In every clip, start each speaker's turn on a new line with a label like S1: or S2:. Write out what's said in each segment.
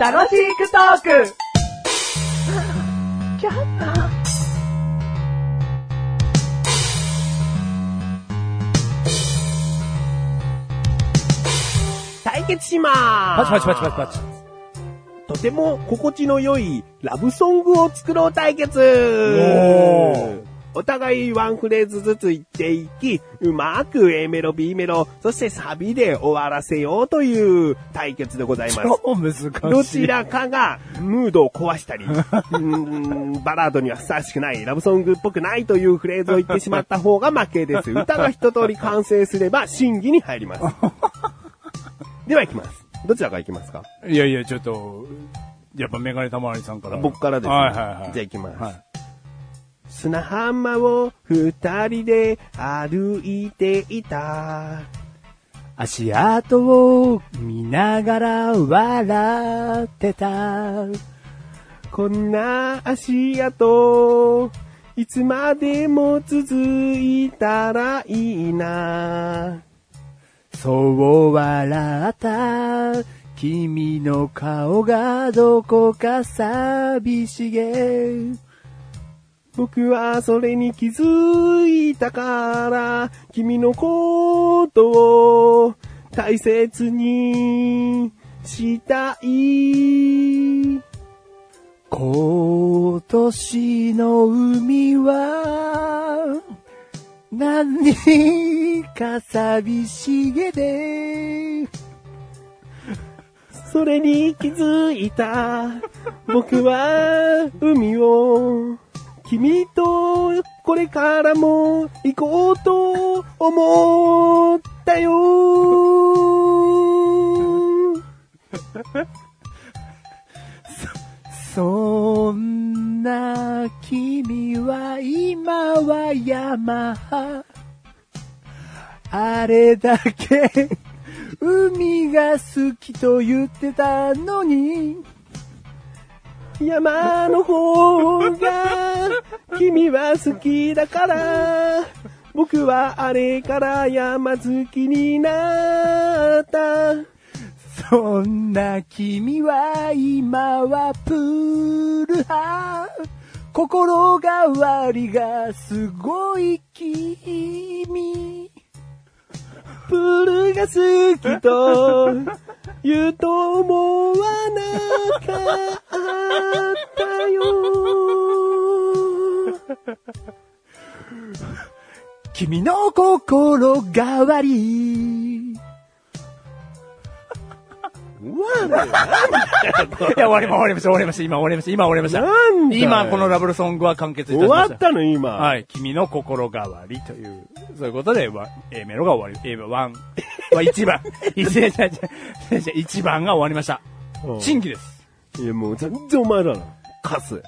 S1: 楽しくトーク
S2: 対決しまーす
S3: パチパチパチパチパチ。
S2: とても心地の良いラブソングを作ろう対決
S3: ー
S2: お互いワンフレーズずつ言っていき、うまく A メロ、B メロ、そしてサビで終わらせようという対決でございます。
S3: 超難しい。
S2: どちらかがムードを壊した り、うーんバラードにはふさわしくない、ラブソングっぽくないというフレーズを言ってしまった方が負けです。歌が一通り完成すれば審議に入 ります。では行きます。どちらから行きますか
S3: いやいや、ちょっと、やっぱメガネたまわりさんから。
S2: 僕からですね
S3: はいはいはい。
S2: じゃあ行きます
S3: はい
S2: 砂浜を二人で歩いていた。
S3: 足跡を見ながら笑ってた。
S2: こんな足跡、いつまでも続いたらいいな。
S3: そう笑った。君の顔がどこか寂しげ。
S2: 僕はそれに気づいたから、君のことを大切にしたい。
S3: 今年の海は、何か寂しげで、
S2: それに気づいた。僕は海を君とこれからも行こうと思ったよ。
S3: そんな君は今は山あれだけ海が好きと言ってたのに
S2: 山の方が君は好きだから。僕はあれから山好きになった。
S3: そんな君は今はプール派心変わりがすごい君
S2: プールが好き と言うと思わなかったよ。
S3: 君の心変わ りいや、終わりま、終わりました、終わりました、今終わりました、今終わりました。
S2: なんだよ
S3: 今、このラブルソングは完結いた
S2: 終
S3: しま
S2: わ
S3: した。
S2: ったの今。
S3: はい、君の心変わりという、そういうことで、わ A メロが終わり、A メロ1、は1番、1番が終わりました
S2: う。ん
S3: 審議です。
S2: いやもう全然お前らの。カ ス。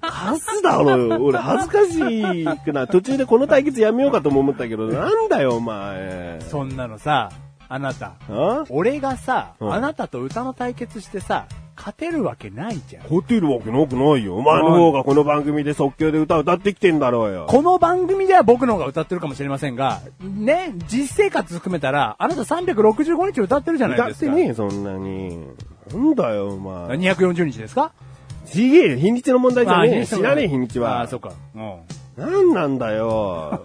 S2: カスだろ。俺恥ずかしくない。途中でこの対決やめようかとも思ったけど、なんだよお前。
S3: そんなのさ、あなた、
S2: あ
S3: 俺がさ、
S2: うん
S3: あなたと歌の対決してさ、勝てるわけないじゃん。
S2: ホテルわけなくないよ。お前の方がこの番組で即興で歌歌ってきてんだろうよ。
S3: この番組では僕の方が歌ってるかもしれませんが、ね、実生活含めたら、あなた365日歌ってるじゃない
S2: 歌
S3: で
S2: っ
S3: す
S2: て
S3: か。
S2: ねえ、そんなに。なんだよ、お前。
S3: 240日ですか
S2: ちげえ、日にちの問題じゃ
S3: あ
S2: ねえ。
S3: 日にちの
S2: 知らねえ、日にち
S3: あ
S2: は
S3: あ、。そっか。うん。
S2: なんなんだよ。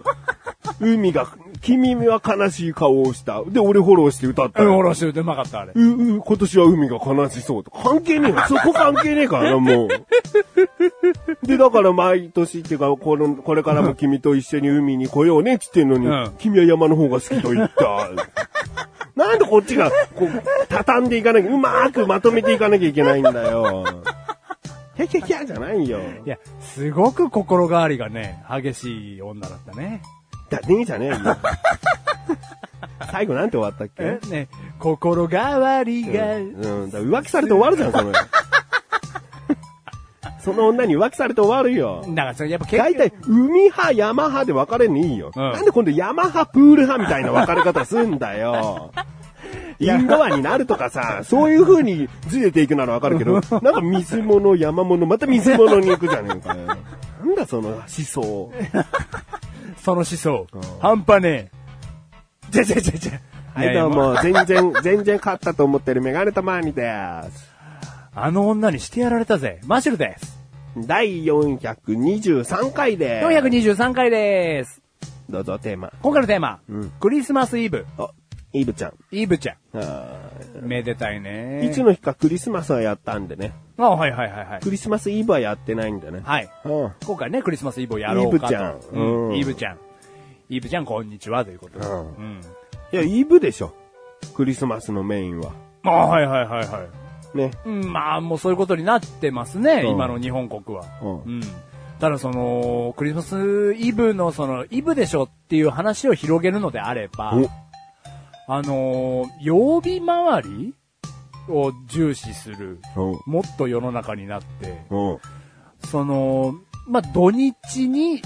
S2: 海が、君は悲しい顔をした。で、俺フォローして歌った
S3: うん、お
S2: よ。
S3: ろしてるとうまかった、あれ。
S2: う、う、今年は海が悲しそうと。関係ねえよ。そこ関係ねえからな、もう。で、だから毎年っていうか、この、これからも君と一緒に海に来ようねって言ってんのに、
S3: うん
S2: 君は山の方が好きと言った。なんでこっちが、こう、畳んでいかなきゃ、うまーくまとめていかなきゃいけないんだよ。 キャキャキャじゃないよ。
S3: いや、すごく心変わりがね、激しい女だったね。
S2: だねえじゃ ねえよ。最後なんて終わったっけ
S3: ね、心変わりが、
S2: うん、だから浮気されて終わるじゃん、その。 その女に浮気されて終わるよ。
S3: なんかそれやっぱ結
S2: 大体、海派、山派で分かれんのいいよ。
S3: うん
S2: なんで今度山派、プール派みたいな分かれ方すんだ よ。インドアになるとかさ、そういう風にずれていくなら分かるけど、なんか水物、山物、また水物に行くじゃねえ かよ。なんだその思想。
S3: その思想
S2: うん、
S3: 半端ねえ。じゃじゃじゃじゃ。
S2: はい、どうも。全然、全然勝ったと思ってるメガネたまにです。
S3: あの女にしてやられたぜ。マシュルです。
S2: 第423回です。
S3: 423回です。
S2: どうぞ、テーマ。
S3: 今回のテーマ、
S2: うん
S3: クリスマスイブ、
S2: あ、イブちゃん。
S3: イブちゃ
S2: あ
S3: ん。めでたいね
S2: ーいつの日かクリスマスはやったんでね。
S3: あ、はいはいはいはい。
S2: クリスマスイブはやってないんだね。
S3: はい。
S2: うん。
S3: 今回ね、クリスマスイブをやろうかと。
S2: イブちゃん
S3: う。
S2: うんん
S3: イブちゃん。イブちゃん、こんにちは、ということで。
S2: うん
S3: うん。
S2: いや、イブでしょ。クリスマスのメインは。
S3: あはいはいはいはい。
S2: ね。
S3: うん、まあ、もうそういうことになってますね、
S2: うん
S3: 今の日本国は。
S2: うん
S3: うん。ただその、クリスマスイブのその、イブでしょっていう話を広げるのであれば、あのー曜日回りを重視する、
S2: お
S3: もっと世の中になって、
S2: うん。うん。
S3: その、まあ、土日に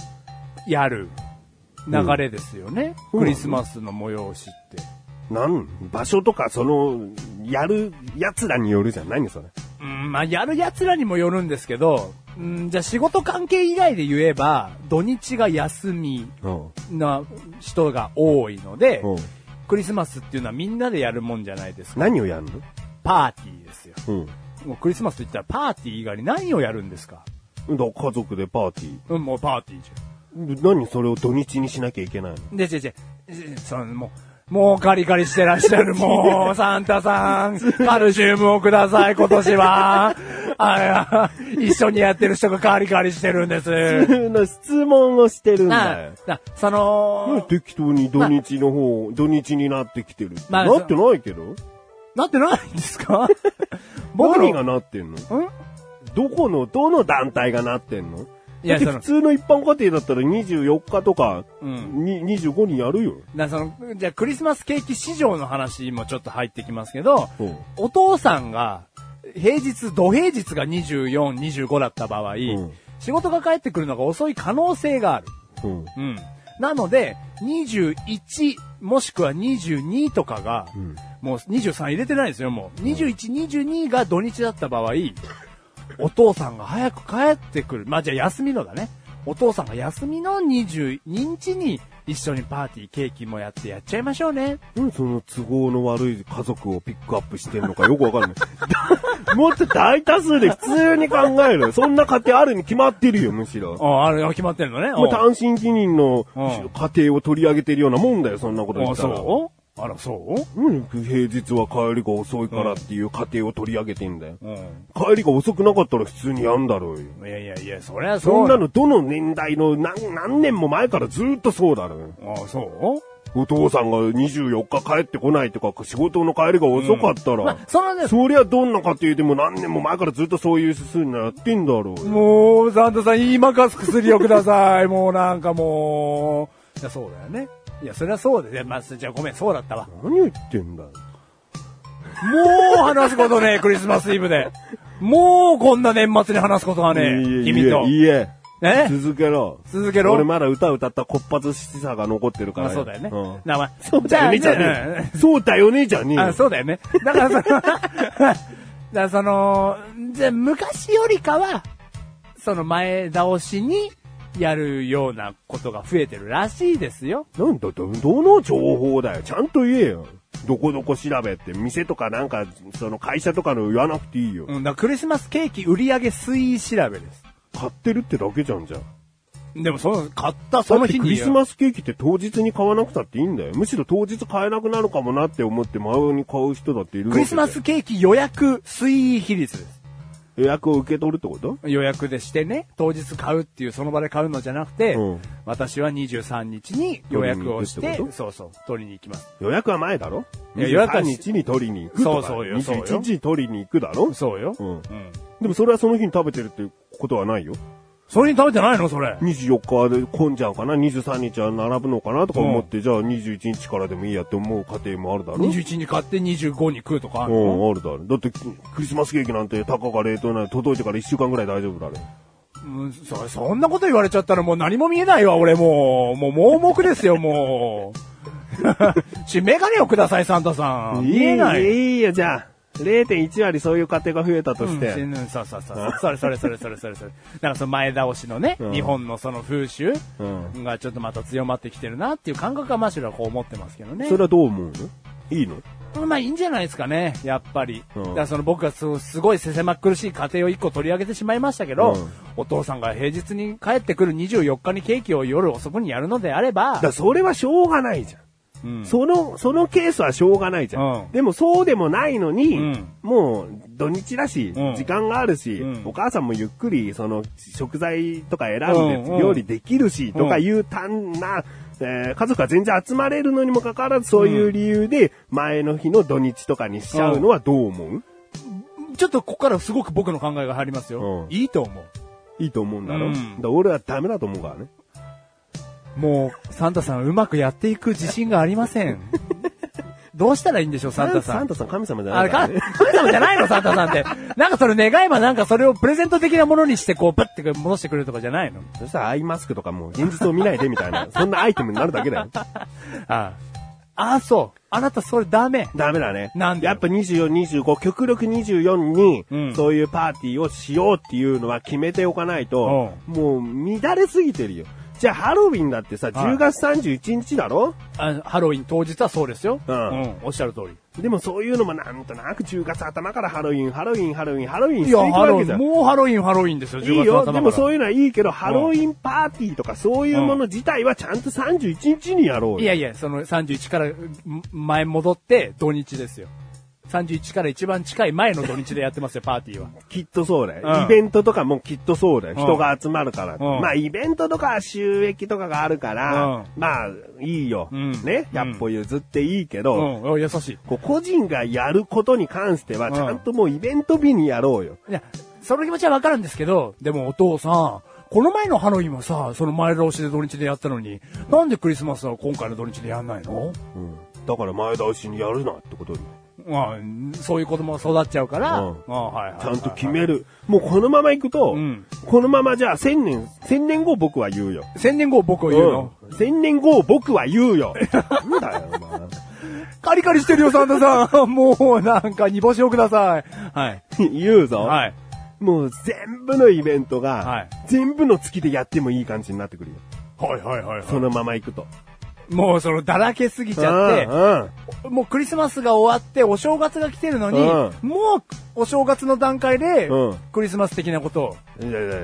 S3: やる流れですよね。
S2: うん
S3: クリスマスの催しって。
S2: なん場所とか、その、やる奴らによるじゃん。何それ。
S3: うん、まあ、やる奴らにもよるんですけど、うん、じゃあ仕事関係以外で言えば、土日が休み
S2: うん。
S3: な人が多いので、
S2: うん。
S3: クリスマスっていうのはみんなでやるもんじゃないですか。
S2: 何をやる
S3: パーティーですよ。
S2: の
S3: もうクリスマスと言ったらパーティー以外に何をやるんですか
S2: うん。だ家族でパーティー。
S3: うん、もうパーティーじ
S2: 何それを土日にしなきゃいけないの
S3: ゃん。で、違う違う違う、そのもう、もうカリカリしてらっ しゃる、もう、サンタさん、カルシウムをください、今年は。あや、一緒にやってる人がカリカリしてるんです。
S2: の 質問をしてるんだ
S3: な
S2: よ。、
S3: な、その、
S2: 適当に土日の方、土日になってきてる。
S3: まあ
S2: なってないけど
S3: なってないんですか 僕の
S2: 何がなってんの
S3: ん
S2: どこの、どの団体がなってんの
S3: い
S2: だ
S3: や、
S2: って
S3: そ
S2: 普
S3: の、
S2: 通の一般家庭だったら24日とか、
S3: うん
S2: に25にやるよ。
S3: な、その、じゃあクリスマスケーキ市場の話もちょっと入ってきますけど、
S2: うん
S3: お父さんが、平日、土平日が24、25だった場合、
S2: ん
S3: 仕事が帰ってくるのが遅い可能性がある。
S2: うん。
S3: うん。なので、21、もしくは22とかが、
S2: ん
S3: もう23入れてないですよ、もう。21、22が土日だった場合、お父さんが早く帰ってくる。まあ、じゃあ休みのだね。お父さんが休みの22日に一緒にパーティー、ケーキもやってやっちゃいましょうね。
S2: 何その都合の悪い家族をピックアップしてん のかよくわかんない だ。もっと大多数で普通に考える。そんな家庭あるに決まってるよ、むしろ。
S3: あ、あれ決まってるのね。
S2: もう単身議人の
S3: うん
S2: 家庭を取り上げてるようなもんだよ、そんなこと言
S3: あ、
S2: ったら。
S3: そうあら、そう
S2: うん平日は帰りが遅いからっていう家庭を取り上げてんだよ。
S3: うん。
S2: 帰りが遅くなかったら普通にやんだろうよ。
S3: いやいやいや、そりゃそ
S2: そ
S3: う。
S2: んなのどの年代の何何年も前からずっとそうだろう。
S3: あ、そう
S2: お父さんが24日帰ってこないとか、仕事の帰りが遅かったら、
S3: まあ、そのね、
S2: そりゃどんな家庭でも何年も前からずっとそういう数になってんだろうよ。
S3: もう、サンタさん、言いまかす薬をください。 もうなんかもう。いや、そうだよね。いや、そりゃそうですね。まあ、じゃあごめん、そうだったわ。も
S2: 何を言ってんだよ。
S3: う話すことねえ、クリスマスイブで。もうこんな年末に話すことは
S2: い
S3: ねえ、
S2: え
S3: 君と。
S2: いえ。いえ
S3: ね
S2: 続けろ。
S3: 続けろ
S2: 俺まだ歌歌ったこっぱずしさが残ってるから。
S3: まあそうだよね
S2: ん。
S3: な まあ
S2: そうだよね、じゃねえ。そうだよね、じゃねえよ。
S3: あ、そうだよね。だからその、だからその、じゃあ昔よりかは、その前倒しにやるようなことが増えてるらしいですよ。
S2: なんだ、ど、どの情報だよ。ちゃんと言えよ。どこどこ調べって、店とかなんか、その会社とかの言わなくていいよ。
S3: うん、だからクリスマスケーキ売り上げ推移調べです。
S2: 買ってるってだけじゃんじゃん。
S3: でもその、買ったその
S2: だって
S3: 日
S2: ク
S3: に。
S2: リスマスケーキって当日に買わなくたっていいんだよ。むしろ当日買えなくなるかもなって思って前に買う人だっているわ
S3: ク
S2: け
S3: リスマスケーキ予約推移比率です。
S2: 予約を受け取るってこと
S3: 予約でしてね、当日買うっていう、その場で買うのじゃなくて、
S2: うん
S3: 私は23日に予約をして
S2: 取りに行くってこ、と
S3: そうそう、取りに行きます。
S2: 予約は前だろ
S3: いや予約は
S2: 23日に取りに行くとか。
S3: そうそうよそうよ
S2: 21日に取りに行くだろ
S3: そうよ。
S2: うん
S3: うん。
S2: でもそれはその日に食べてるってことはないよ。
S3: それに食べてないのそれ。
S2: 24日で混んじゃうかな ?23 日は並ぶのかなとか思って、じゃあ21日からでもいいやって思う家庭もあるだろ
S3: 21に買って25に食うとかあ
S2: う
S3: るの
S2: ん、あるだろ。だって、クリスマスケーキなんて、たかが冷凍なの届いてから1週間ぐらい大丈夫だろ。
S3: うん、そ、そんなこと言われちゃったらもう何も見えないわ、俺もう。もう盲目ですよ、も う。し、メガネをください、サンタさん。見えない。
S2: いいよ、じゃあ。0.1割そういう家庭が増えたと
S3: うん
S2: して。
S3: うんそうそうそう。それそれそれそれそれそれ。だからその前倒しのね、
S2: うん
S3: 日本のその風習
S2: うん
S3: がちょっとまた強まってきてるなっていう感覚はマシュルはこう思ってますけどね。
S2: それはどう思うのいいの
S3: まあいいんじゃないですかね、やっぱり。
S2: うん
S3: だからその僕がそうすごいせせまっ苦しい家庭を一個取り上げてしまいましたけど、
S2: うん
S3: お父さんが平日に帰ってくる24日にケーキを夜遅くにやるのであれば
S2: だか、らそれはしょうがないじゃん。
S3: うん
S2: その、そのケースはしょうがないじゃん。
S3: うん
S2: でもそうでもないのに、
S3: うん
S2: もう土日だし、
S3: うん
S2: 時間があるし、
S3: うん
S2: お母さんもゆっくりその食材とか選ん
S3: うんう
S2: で
S3: ん
S2: 料理できるし、とかいう単な、えー家族が全然集まれるのにもかかわらずそういう理由で前の日の土日とかにしちゃうのはどう思う、
S3: ちょっとここからすごく僕の考えが入りますよ。
S2: うん
S3: いいと思う。
S2: いいと思うんだろ、
S3: うん
S2: だから俺はダメだと思うからね。
S3: もう、サンタさんうまくやっていく自信がありませ ん。どうしたらいいんでしょう、サンタさ
S2: サン
S3: ん。
S2: タさん神様じゃな
S3: あ
S2: い
S3: れ
S2: から
S3: か、
S2: ね。
S3: 神様じゃないの、サンタさんって。なんかそれ願えばなんかそれをプレゼント的なものにして、こう、パッて戻してくれるとかじゃないの
S2: そしたらアイマスクとかもう現実を見ないでみたいな、そんなアイテムになるだけだよ。
S3: ああ。ああ、そう。あなたそれダメ。
S2: ダメだね。
S3: なんで
S2: やっぱ24、25、極力24に、
S3: うん
S2: そういうパーティーをしようっていうのは決めておかないと、もう乱れすぎてるよ。じゃあハロウィンだってさ、
S3: はい
S2: 10月31日だろ
S3: あハロウィン当日はそうですよ。
S2: うん
S3: おっしゃる通り。
S2: でもそういうのもなんとなく10月頭からハロウィン、ハロウィン、ハロウィン、ハロウィンし
S3: い
S2: ていく
S3: や、ハ
S2: わ
S3: ロウ
S2: け
S3: ィ
S2: じゃ
S3: ン、
S2: ん。
S3: もうハロウィン、ハロウィンですよ、
S2: い
S3: 10月
S2: い
S3: の頭
S2: よ。
S3: から。
S2: でもそういうのはいいけど、ハロウィンパーティーとかそういうもの自体はちゃんと31日にやろうよ。
S3: いやいや、その31からん前戻って土日ですよ。31から一番近い前の土日でやってますよ、パーティーは。
S2: きっとそうだよ、
S3: うん
S2: イベントとかもきっとそうだよ。
S3: うん
S2: 人が集まるから。
S3: うん
S2: まあ、イベントとかは収益とかがあるから、まあ、いいよ。
S3: うん
S2: ね。100歩譲っていいけど、
S3: うん、優しい。
S2: こう個人がやることに関しては、
S3: うん
S2: ちゃんともうイベント日にやろうよ。
S3: いや、その気持ちはわかるんですけど、でもお父さん、この前のハロウィンはさ、その前倒しで土日でやったのに、なんでクリスマスは今回の土日でやんないの
S2: うんだから前倒しにやるなってことに。
S3: まあ、そういう子供が育っちゃうから、
S2: うん
S3: あはいはいはいはい
S2: ちゃんと決める。もうこのまま行くと、
S3: うん
S2: このままじゃあ1000年、1000年後僕は言うよ。
S3: 千年後僕を言うの、
S2: うん1000年後僕は言う よ。なんだよ、お前。
S3: カリカリしてるよ、サンタさんもう、なんか、煮干しをください。はい。
S2: 言うぞ。
S3: はい。
S2: もう全部のイベントが、
S3: はい
S2: 全部の月でやってもいい感じになってくるよ。
S3: はいはいはい、
S2: そのまま行くと。
S3: もう、その、だらけすぎちゃって、もうクリスマスが終わって、お正月が来てるのに、
S2: う
S3: もう、お正月の段階で
S2: うん、
S3: クリスマス的なことを。
S2: うん。いやいやいや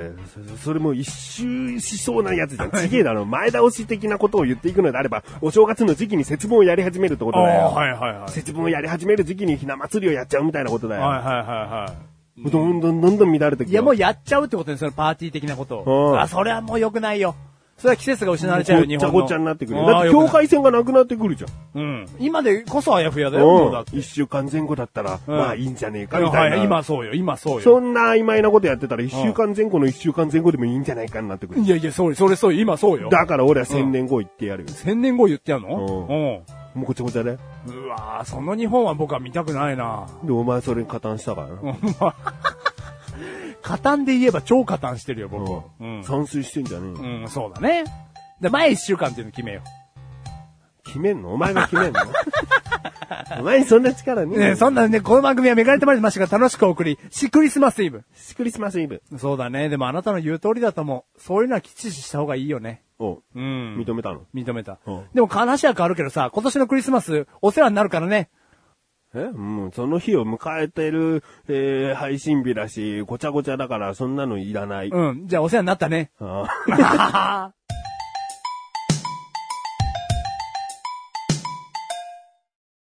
S2: そそれもう一周しそうなやつじゃん。ちげえだろ。前倒し的なことを言っていくのであれば、お正月の時期に節分をやり始めるってことだよ。
S3: はいはいはい。
S2: 節分をやり始める時期にひな祭りをやっちゃうみたいなことだよ。
S3: はいはいはいは
S2: どんどんどんどん乱れてく
S3: い。
S2: る。
S3: いや、もうやっちゃうってことね、そのパーティー的なこと
S2: う
S3: を。
S2: ん
S3: あ、それはもう良くないよ。それは季節が失わ
S2: ご
S3: れ
S2: っ
S3: ちゃうよ、
S2: ち
S3: 日
S2: ゃ
S3: 本の。
S2: ごちゃになってくるよ。
S3: あー
S2: だって
S3: 良
S2: 境
S3: くない
S2: 界線がなくなってくるじゃん。
S3: うん。今でこそあやふやだよ、もうだって
S2: うん。一週間前後だったら、
S3: うん
S2: まあいいんじゃねえかみたいな。
S3: はい、今そうよ、今そうよ。
S2: そんな曖昧なことやってたら、一週間前後の一週間前後でもいいんじゃないかになってくる。
S3: いやいや、そうよ、それそうよ、今そうよ。
S2: だから俺は千年後行ってやるよ。
S3: 千年後言ってやんの
S2: うもうごちゃごちゃだよ。
S3: うん。うわぁ、その日本は僕は見たくないな
S2: で、お前それに加担したからな。
S3: 加担で言えば超加担してるよ、僕。う
S2: うんん。。算数してんじゃねえよ。
S3: うん、そうだね。で、前一週間っていうの決めよ
S2: 決めんのお前が決めんの お前にそんな力
S3: う。
S2: ねえ
S3: ね
S2: よ。
S3: そんなね、この番組はめがれてまいりましたが、楽しくお送り、シクリスマスイブ。
S2: クリスマスイブ。
S3: そうだね。でもあなたの言う通りだと思う。そういうのはきちっとした方がいいよね。
S2: お
S3: う。
S2: うん認めたの。
S3: 認めた
S2: うん。
S3: でも話は変わるけどさ、今年のクリスマス、お世話になるからね。
S2: えもうその日を迎えてる、えー、配信日だし、ごちゃごちゃだからそんなのいらない。
S3: うん。じゃあお世話になったね。
S2: ああ
S3: ははは